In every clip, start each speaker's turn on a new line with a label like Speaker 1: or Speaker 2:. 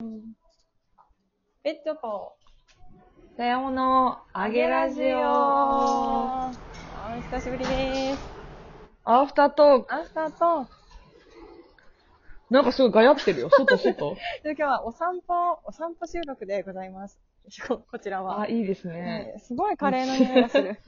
Speaker 1: うんえ、チョコ。
Speaker 2: さやもの、あげラジオ。
Speaker 1: あー、お久しぶりです。
Speaker 2: アフタートーク。
Speaker 1: アフターと、
Speaker 2: なんかすごいガヤってる よ。外、外。
Speaker 1: 今日はお散歩、お散歩収録でございます。 ここちらは。
Speaker 2: あ、いいです
Speaker 1: ね
Speaker 2: ね。
Speaker 1: すごいカレーの匂いがす る。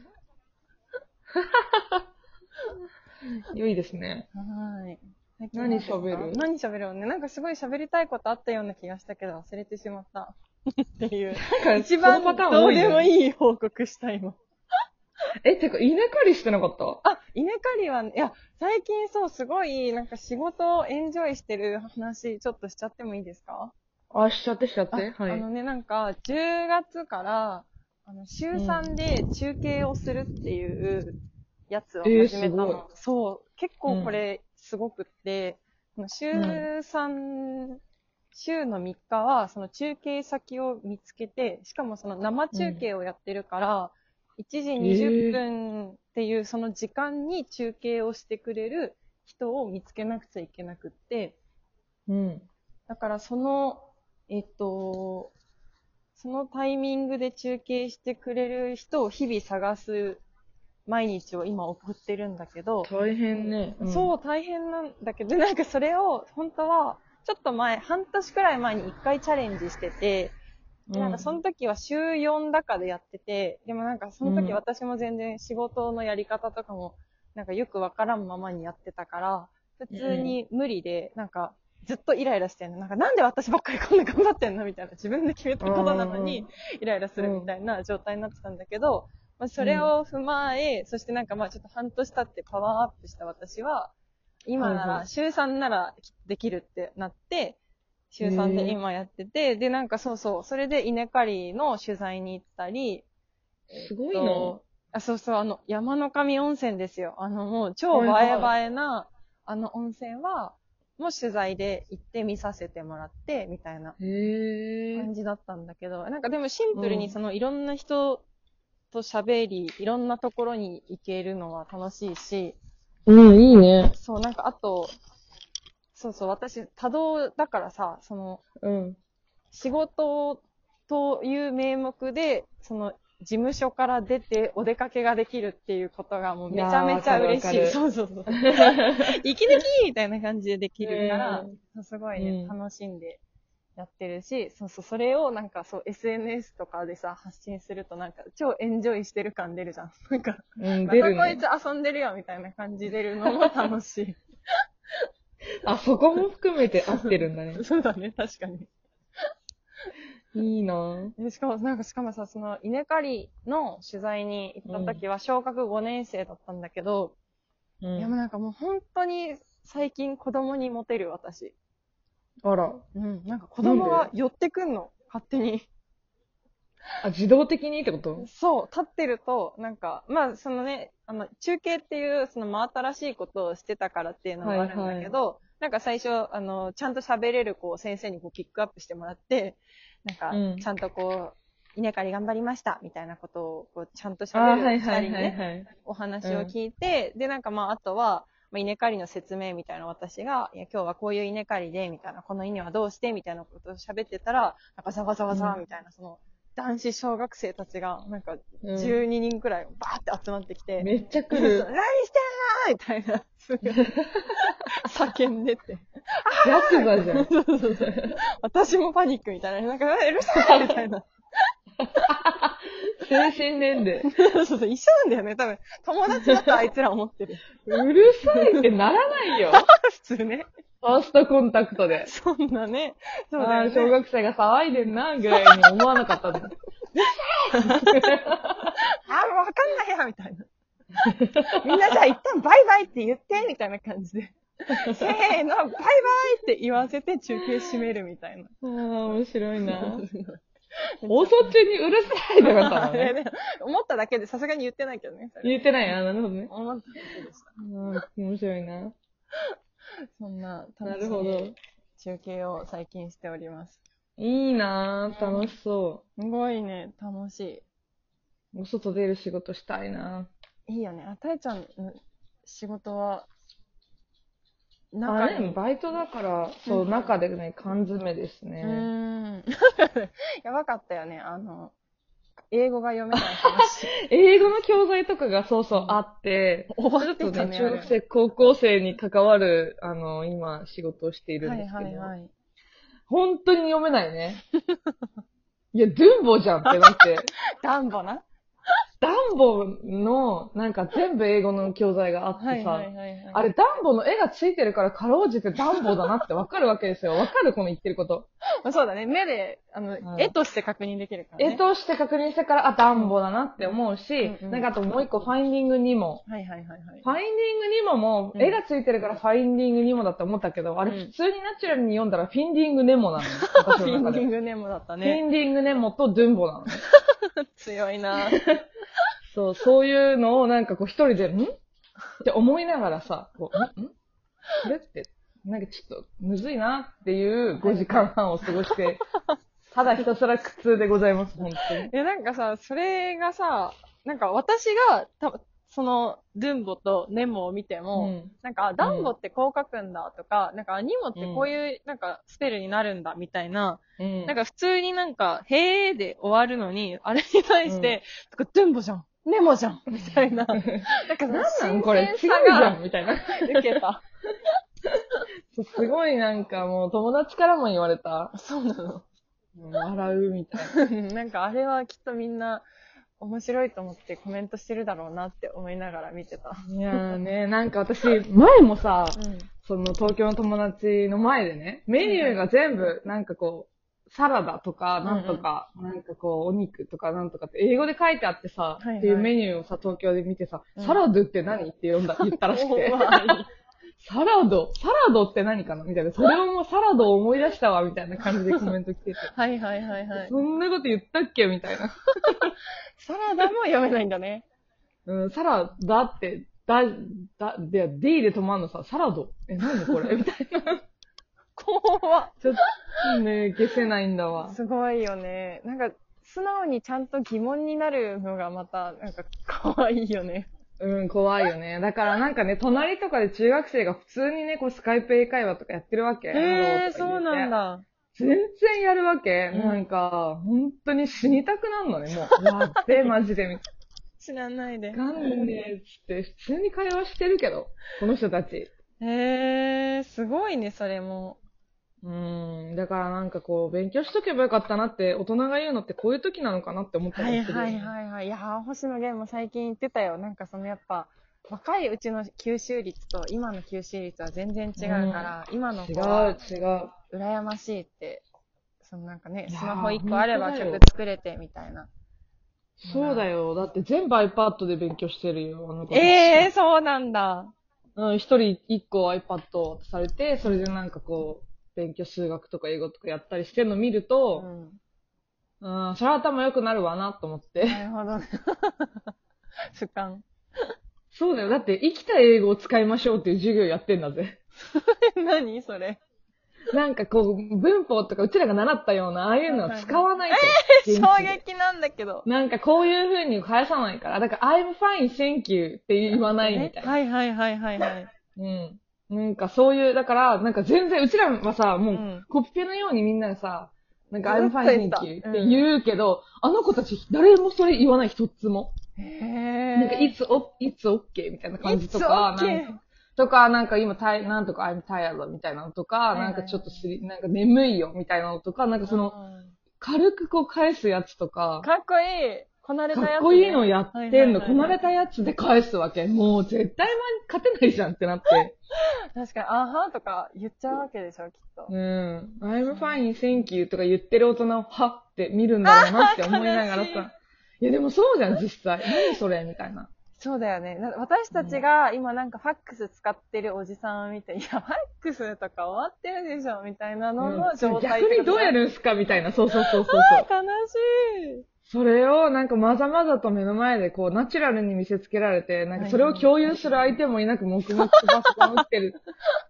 Speaker 2: 良いですね。
Speaker 1: はい。最近
Speaker 2: 何喋る
Speaker 1: 何喋るのね。なんかすごい喋りたいことあったような気がしたけど、忘れてしまった。って いう。
Speaker 2: なんか、
Speaker 1: 一番
Speaker 2: このパターン
Speaker 1: ど
Speaker 2: 多
Speaker 1: う
Speaker 2: い、
Speaker 1: でも
Speaker 2: ね。
Speaker 1: いい報告した、今。
Speaker 2: え、てか、稲刈りしてなかった
Speaker 1: あ、稲刈りは、いや、最近そう、すごい、なんか仕事をエンジョイしてる話、ちょっとしちゃってもいいですか
Speaker 2: あ、しちゃってしちゃっ
Speaker 1: あ
Speaker 2: て。は
Speaker 1: あ
Speaker 2: い
Speaker 1: の。ね、なんか、10月から、あの、週3で中継をするっていうやつを
Speaker 2: えー
Speaker 1: 始めたの。
Speaker 2: すごい
Speaker 1: そう。結構これ、すごくって、この週
Speaker 2: うん
Speaker 1: 3、週の3日は、その中継先を見つけて、しかもその生中継をやってるから、1時20分っていうその時間に中継をしてくれる人を見つけなくちゃいけなくって、
Speaker 2: うん。
Speaker 1: だからその、えっと、そのタイミングで中継してくれる人を日々探す毎日を今送ってるんだけど、
Speaker 2: 大変ね。うん
Speaker 1: そう大変なんだけど、でなんかそれを本当は、ちょっと前、半年くらい前に一回チャレンジしてて、
Speaker 2: う
Speaker 1: でなんかその時は週4だかでやってて、でもなんかその時
Speaker 2: うん
Speaker 1: 私も全然仕事のやり方とかも、なんかよくわからんままにやってたから、普通に無理で、なんかずっとイライラしてんの。なんかなんで私ばっかりこんな頑張ってんのみたいな。自分で決めたことなのに、イライラするみたいな状態になってたんだけど、まあ、それを踏まえ、そしてなんかまあちょっと半年経ってパワーアップした私は、今な
Speaker 2: はいは
Speaker 1: ら、
Speaker 2: い
Speaker 1: 週3ならできるってなって、週3で今やってて、で、なんかそうそう、それで稲刈りの取材に行ったり、
Speaker 2: すごいな。
Speaker 1: とあそうそう、あの、山の神温泉ですよ。あの、もう超映え映
Speaker 2: はい
Speaker 1: えな、あの温泉は、もう取材で行って見させてもらって、みたいな
Speaker 2: へえ。
Speaker 1: 感じだったんだけど、なんかでもシンプル
Speaker 2: う
Speaker 1: に
Speaker 2: ん
Speaker 1: そのいろんな人と喋り、いろんなところに行けるのは楽しいし、
Speaker 2: うん、いいね。
Speaker 1: そう、なんかあと、そうそう、私多動だからさ、その、
Speaker 2: うん。
Speaker 1: 仕事という名目で、その、事務所から出てお出かけができるっていうことがもうめちゃめちゃ嬉し
Speaker 2: いや
Speaker 1: い。
Speaker 2: ー
Speaker 1: そうそうそう。息抜きみたいな感じでできるから、すごいね、
Speaker 2: うん
Speaker 1: 楽しんでやってるし、そうそう、それをなんかそう、SNS とかでさ、発信するとなんか超エンジョイしてる感出るじゃん。なんか、
Speaker 2: うん、
Speaker 1: ま
Speaker 2: 出る
Speaker 1: たこい
Speaker 2: ね。
Speaker 1: つ遊んでるよみたいな感じ出るのも楽し い。
Speaker 2: あ、そこも含めて合ってる んだね。
Speaker 1: そうだね、確かに。
Speaker 2: いいな。
Speaker 1: でしかも、なんか、しかもさ、その、稲刈りの取材に行った時は、小学5年生だったんだけど、
Speaker 2: う。
Speaker 1: いや、もうんなんかもう本当に最近子供にモテる私。
Speaker 2: あら。
Speaker 1: うん、なんか子供
Speaker 2: なん
Speaker 1: が
Speaker 2: で
Speaker 1: 寄ってくんの、勝手に。
Speaker 2: あ、自動的にってこと
Speaker 1: そう、立ってると、なんか、まあ、そのね、あの、中継っていう、その真新しいことをしてたからっていうのがあるんだけど、なんか最初、あの、ちゃんと喋れる子を先生にこうピックアップしてもらって、なんか、
Speaker 2: うん
Speaker 1: ちゃんとこう、稲刈り頑張りました、みたいなことを、こう、ちゃんと
Speaker 2: あ、
Speaker 1: 喋
Speaker 2: は
Speaker 1: る
Speaker 2: い
Speaker 1: 二
Speaker 2: は
Speaker 1: 人
Speaker 2: い
Speaker 1: に
Speaker 2: は
Speaker 1: ね
Speaker 2: い、はい。
Speaker 1: お話を聞いて、で、なんかまあ、あとは、まあ、稲刈りの説明みたいな私が、いや、今日はこういう稲刈りで、みたいな、この稲はどうして、みたいなことを喋ってたら、なんかざわざわざわ、
Speaker 2: うん
Speaker 1: みたいな、その、男子小学生たちが、なんか、
Speaker 2: うん
Speaker 1: 12人くらいバーって集まってきて、
Speaker 2: めっちゃ来
Speaker 1: 何してん
Speaker 2: る
Speaker 1: の。みたいな、すごい叫んでて。
Speaker 2: ヤクザじゃん。
Speaker 1: 私もパニックみたいな、なんか、うるさいみたいな。
Speaker 2: 精神年齢。
Speaker 1: そうそう、一緒なんだよね、多分。友達だとあいつら思ってる。
Speaker 2: うるさいってならないよ。
Speaker 1: 普通ね。
Speaker 2: ファーストコンタクトで。
Speaker 1: そんなね。そうだ
Speaker 2: あ
Speaker 1: よ
Speaker 2: あ
Speaker 1: ね。
Speaker 2: 小学生が騒いでんな、ぐらいに思わなかったんだ。
Speaker 1: あ、もうわかんないや、みたいな。みんなじゃあ一旦バイバイって言って、みたいな感じで。せーの、バイバイって言わせて中継締めるみたいな。
Speaker 2: ああ、面白いな。放送中にうるさいってなったの ね。
Speaker 1: で思っただけでさすがに言ってないけどね。それ
Speaker 2: 言ってない。あ、なるほどね。
Speaker 1: 思ったことでした。
Speaker 2: うん、面白いな。
Speaker 1: そんな
Speaker 2: な
Speaker 1: 楽し
Speaker 2: るほ
Speaker 1: い
Speaker 2: ど。
Speaker 1: 中継を最近しております。
Speaker 2: いいなあ楽しそ
Speaker 1: すごいね、楽し。
Speaker 2: う。お外出る仕事したいない
Speaker 1: いいよね。あたえちゃんの仕事は、
Speaker 2: あ
Speaker 1: 中
Speaker 2: れね
Speaker 1: に。
Speaker 2: バイトだから、そうう、
Speaker 1: ん
Speaker 2: 中でね、缶詰です
Speaker 1: う
Speaker 2: ね。
Speaker 1: ーん。やばかったよね、あの、英語が読めない話。
Speaker 2: 英語の教材とかがそうそうあって、
Speaker 1: 終
Speaker 2: ちょっとね、
Speaker 1: あ
Speaker 2: 中
Speaker 1: れ
Speaker 2: 学生、高校生に関わる、あの、今、仕事をしているん
Speaker 1: は
Speaker 2: で
Speaker 1: い
Speaker 2: すけど、
Speaker 1: はいはい。
Speaker 2: 本当に読めないね。 いや、ドゥンボじゃんって なって。
Speaker 1: ダンボな。
Speaker 2: ダンボの、なんか全部英語の教材があってさ、
Speaker 1: はいはいはいはい。
Speaker 2: あれ、ダンボの絵がついてるから、かろうじてダンボだなってわかるわけですよ。わかるこの言ってること。
Speaker 1: れそうだね。目で、あの、
Speaker 2: うん
Speaker 1: 絵として確認できるからね。
Speaker 2: 絵として確認してから、あ、ダンボだなって思うし、
Speaker 1: うんうん
Speaker 2: なんかあともう一個、ファインディングにも。
Speaker 1: はいはいはいはい。
Speaker 2: ファインディングにもも、
Speaker 1: うん
Speaker 2: 絵がついてるからファインディングにもだって思ったけど、あれ
Speaker 1: うん
Speaker 2: 普通にナチュラルに読んだらフィンディングネモなのよ。私
Speaker 1: フ
Speaker 2: の
Speaker 1: ィン
Speaker 2: 中
Speaker 1: デ
Speaker 2: で。
Speaker 1: ィン
Speaker 2: フ
Speaker 1: グネモだった
Speaker 2: ィ
Speaker 1: ね。
Speaker 2: ンディングネモとドゥンボなの。
Speaker 1: 強いな。
Speaker 2: そう、そういうのをなんかこう一人で、んって思いながらさ、こう、んんこれって、なんかちょっとむずいなっていう5時間半を過ごして、ただひたすら苦痛でございます、本当に。
Speaker 1: いや、なんかさ、それがさ、なんか私が、たその、ドゥンボとネモを見ても、
Speaker 2: うん
Speaker 1: なんか、あダンボってこう書くんだとか、なんか、アニモってこういう、なんか、スペルになるんだみたいな、
Speaker 2: うん
Speaker 1: なんか普通になんか、へーで終わるのに、あれに対して、なんかドゥンボじゃんネモじゃんみた いな。なんか、
Speaker 2: なんなん
Speaker 1: 新
Speaker 2: これ違
Speaker 1: 鮮
Speaker 2: うじ
Speaker 1: さ
Speaker 2: ゃ
Speaker 1: が
Speaker 2: んみたいな。
Speaker 1: 受けた。
Speaker 2: そうすごいなんかもう友達からも言われた。
Speaker 1: そうなの。
Speaker 2: うん笑うみたい な。
Speaker 1: なんか、あれはきっとみんな、面白いと思ってコメントしてるだろうなって思いながら見てた。
Speaker 2: いやーね、なんか私、前もさ、
Speaker 1: うん。
Speaker 2: その東京の友達の前でね、メニューが全部、なんかこう、サラダとか、なんとか、なんかこう、お肉とかなんとかって英語で書いてあってさ、
Speaker 1: はいはい
Speaker 2: っていうメニューをさ、東京で見てさ、
Speaker 1: うん
Speaker 2: サラドって何って呼んだ、言ったらし く て、サラド、サラドって何かなみたいな、それをもうサラドを思い出したわ、みたいな感じでコメント来 てて。
Speaker 1: はいはいはいはい。
Speaker 2: そんなこと言ったっけみたいな。
Speaker 1: サラダも読めないんだね。
Speaker 2: うん、サラダって、だ、だ、で、D で止まんのさ、サラド。え、何 これみたいな。
Speaker 1: 怖
Speaker 2: ちょっとね、消せないんだわ。
Speaker 1: すごいよね。なんか、素直にちゃんと疑問になるのがまた、なんか、可愛いよね。
Speaker 2: うん、怖いよね。だからなんかね、隣とかで中学生が普通にね、こうスカイプ英会話とかやってるわけ。
Speaker 1: えー、そうなん
Speaker 2: だ。
Speaker 1: だ。
Speaker 2: 全然やるわけ。
Speaker 1: うん
Speaker 2: なんか、本当に死にたくなるのね、も う。やって、マジで。みた
Speaker 1: 知らないで
Speaker 2: い。な。なんで、つって、普通に会話してるけど、この人たち。
Speaker 1: えー、すごいね、それも。
Speaker 2: うん、だからなんかこう、勉強しとけばよかったなって、大人が言うのってこういう時なのかなって思った
Speaker 1: は
Speaker 2: り
Speaker 1: い
Speaker 2: する。
Speaker 1: はいはいはい。いやー、星野源も最近言ってたよ。なんかそのやっぱ、若いうちの吸収率と今の吸収率は全然違うから、今の
Speaker 2: 違
Speaker 1: 子は
Speaker 2: う、違う。
Speaker 1: 羨ましいって、そのなんかね、
Speaker 2: いやー
Speaker 1: スマホ1個あれば
Speaker 2: 本当だよ
Speaker 1: 曲作れてみたいな。
Speaker 2: そうだよ。だって全部 iPad で勉強してるよ、あの子たち
Speaker 1: ええー、そうなんだ。
Speaker 2: うん、一人一個 iPad をされて、それでなんかこう、勉強数学とか英語とかやったりしてるの見る
Speaker 1: う
Speaker 2: と、
Speaker 1: ん。
Speaker 2: うん、それは頭良くなるわなと思って。
Speaker 1: なるほどね。 俯瞰。
Speaker 2: そうだよ。だって生きた英語を使いましょうっていう授業やってんだぜ。
Speaker 1: 何それ。
Speaker 2: なんかこう、文法とかうちらが習ったような、ああいうのは使わないと。
Speaker 1: 衝
Speaker 2: 現地で
Speaker 1: 撃なんだけど。
Speaker 2: なんかこういう風に返さないから。だから、I'm fine, thank you って言わないみたいな。
Speaker 1: はいはいはいはいはい。
Speaker 2: うん。なんかそういう、だから、なんか全然、うちらはさ、もう、
Speaker 1: うん
Speaker 2: コピペのようにみんながさ、なんか
Speaker 1: ず
Speaker 2: I'm
Speaker 1: っと言っ
Speaker 2: fine,
Speaker 1: た
Speaker 2: thank you って言うけど、あの子たち誰もそれ言わない一つも。
Speaker 1: へ
Speaker 2: なんか
Speaker 1: え。
Speaker 2: いつお、いつ OK みたいな感じとか、
Speaker 1: It's okay
Speaker 2: なんかとか、なんか今、たいなんとか I'm tired みたいなのとか、
Speaker 1: いはい
Speaker 2: なんかちょっとすり、なんか眠いよみたいなのとか、なんかその、軽くこう返すやつとか、
Speaker 1: かっこいい。こなれた
Speaker 2: か
Speaker 1: やつね、
Speaker 2: っこいいのやってんの、
Speaker 1: はいはいはい
Speaker 2: こなれたやつで返すわけ。もう絶対勝てないじゃんってなって。
Speaker 1: 確かに、あはーとか言っちゃうわけでしょ、きっと。
Speaker 2: うん。I'm fine, thank you とか言ってる大人をはって見るんだろうなって思いながら
Speaker 1: あー悲
Speaker 2: さ。いやでもそうじゃん、実際。何それみたいな。
Speaker 1: そうだよね。な私たちが今なんかファックス使ってるおじさんを見て、いや、ファックスとか終わってるでしょ、みたいなのの状態、
Speaker 2: 逆にどうやるんすかみたいな。そうそうそうそう
Speaker 1: あ
Speaker 2: そ
Speaker 1: ー 悲
Speaker 2: う。
Speaker 1: しい。
Speaker 2: それをなんかまざまざと目の前でこうナチュラルに見せつけられて、なんかそれを共有する相手もいなく黙々とパソコン打ってる。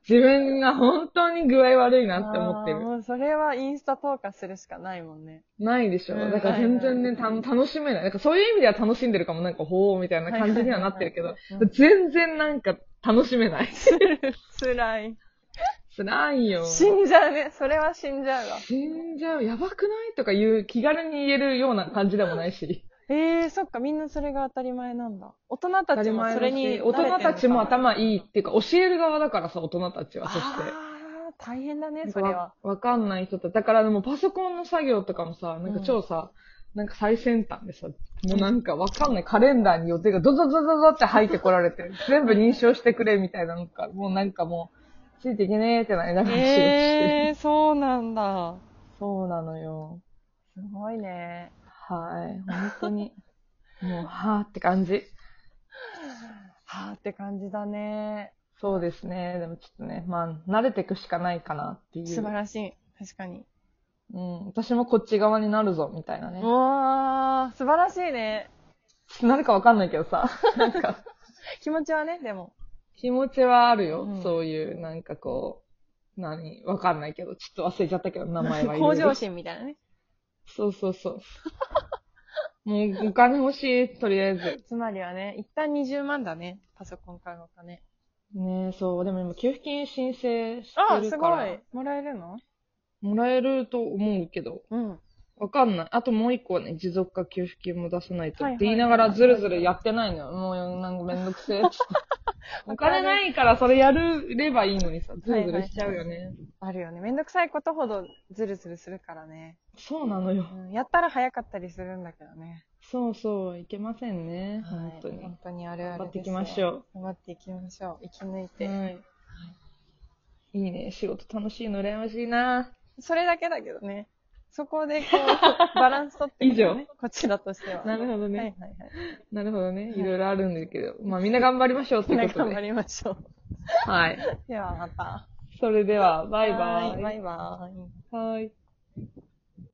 Speaker 2: 自分が本当に具合悪いなって思って
Speaker 1: あー
Speaker 2: る。
Speaker 1: もうそれはインスタ投下するしかないもんね。
Speaker 2: ないでしょ。だから全然ね、た楽しめない。なんかそういう意味では楽しんでるかも、なんかほうみたいな感じにはなってるけど
Speaker 1: いはいはいは、
Speaker 2: 全然なんか楽しめない。
Speaker 1: 辛い。
Speaker 2: 辛いよ。
Speaker 1: 死んじゃうね。それは死んじゃうわ。
Speaker 2: 死んじゃう。やばくないとか言う、気軽に言えるような感じでもないし。
Speaker 1: ええー、そっか、みんなそれが当たり前なんだ。大人 たちもそれに、
Speaker 2: 大人たちも
Speaker 1: い
Speaker 2: 頭いいっていうか、教える側だからさ、大人たちは、そして。
Speaker 1: ああ、大変だね、
Speaker 2: なん
Speaker 1: そ
Speaker 2: か
Speaker 1: れは
Speaker 2: わ。わかんない人と、だからでもパソコンの作業とかもさ、なんか超さ、なんか最先端でさ、もうなんかわかんないカレンダーに予定がドドドドドって入ってこられ て、全部認証してくれみたいなのか、もうなんかもう、ついていけねえってなりながら仕事してる。
Speaker 1: ええー、そうなんだ。
Speaker 2: そうなのよ。
Speaker 1: すごいね。
Speaker 2: はい。本当に。もう、はぁって感じ。
Speaker 1: はーって感じだね。
Speaker 2: そうですね。でもちょっとね、まあ、慣れていくしかないかなっていう。
Speaker 1: 素晴らしい。確かに。
Speaker 2: うん。私もこっち側になるぞ、みたいなね。
Speaker 1: わー、素晴らしいね。
Speaker 2: なるかわかんないけど さ。なんか。
Speaker 1: 気持ちはね、でも。
Speaker 2: 気持ちはあるよ。
Speaker 1: うん
Speaker 2: そういう、なんかこう、何わかんないけど、ちょっと忘れちゃったけど、名前はいろ
Speaker 1: 向
Speaker 2: いろ
Speaker 1: 上心みたいなね。
Speaker 2: そうそうそう。もう、お金欲しい、とりあえず。
Speaker 1: つまりはね、一旦20万だね。パソコン買うお金。
Speaker 2: ねえ、そう。でも今、給付金申請して
Speaker 1: あー、
Speaker 2: る
Speaker 1: す
Speaker 2: か
Speaker 1: ご
Speaker 2: ら、
Speaker 1: い。もらえるの
Speaker 2: もらえると思うけど、
Speaker 1: うん。
Speaker 2: わかんない。あともう一個はね、持続化給付金も出さないと
Speaker 1: はい
Speaker 2: っ
Speaker 1: はい
Speaker 2: て言いながらずるずるやってないのよ。もう、なんかめんどくせ え。お金ないからそれやるればいいのにさ、ずるずるしちゃうよね。
Speaker 1: あるよね。めんどくさいことほどズルズルするからね。
Speaker 2: そうなのよ。
Speaker 1: うん、やったら早かったりするんだけどね。
Speaker 2: そうそう、いけませんね。本当
Speaker 1: はい
Speaker 2: に
Speaker 1: 本。当にあるあ
Speaker 2: 頑
Speaker 1: る
Speaker 2: 張
Speaker 1: です
Speaker 2: っていきまし
Speaker 1: う。
Speaker 2: ょ。
Speaker 1: 頑張っていきましょう。生き抜いうて。
Speaker 2: はい。いいね。仕事楽しいの羨ましいな。
Speaker 1: それだけだけどね。そこでこ う、バランス取っていくのね、こちらとしては。
Speaker 2: なるほどね
Speaker 1: はいはいはい。
Speaker 2: なるほど
Speaker 1: は
Speaker 2: ね。
Speaker 1: い
Speaker 2: いろいろあるんだけど。まあみんな頑張りましょうと
Speaker 1: みんな
Speaker 2: いうこと
Speaker 1: 頑張
Speaker 2: で。
Speaker 1: りましょう。
Speaker 2: はい。
Speaker 1: ではまた。
Speaker 2: それでは、バイバ
Speaker 1: は
Speaker 2: イ。
Speaker 1: いバイバイ。
Speaker 2: はい。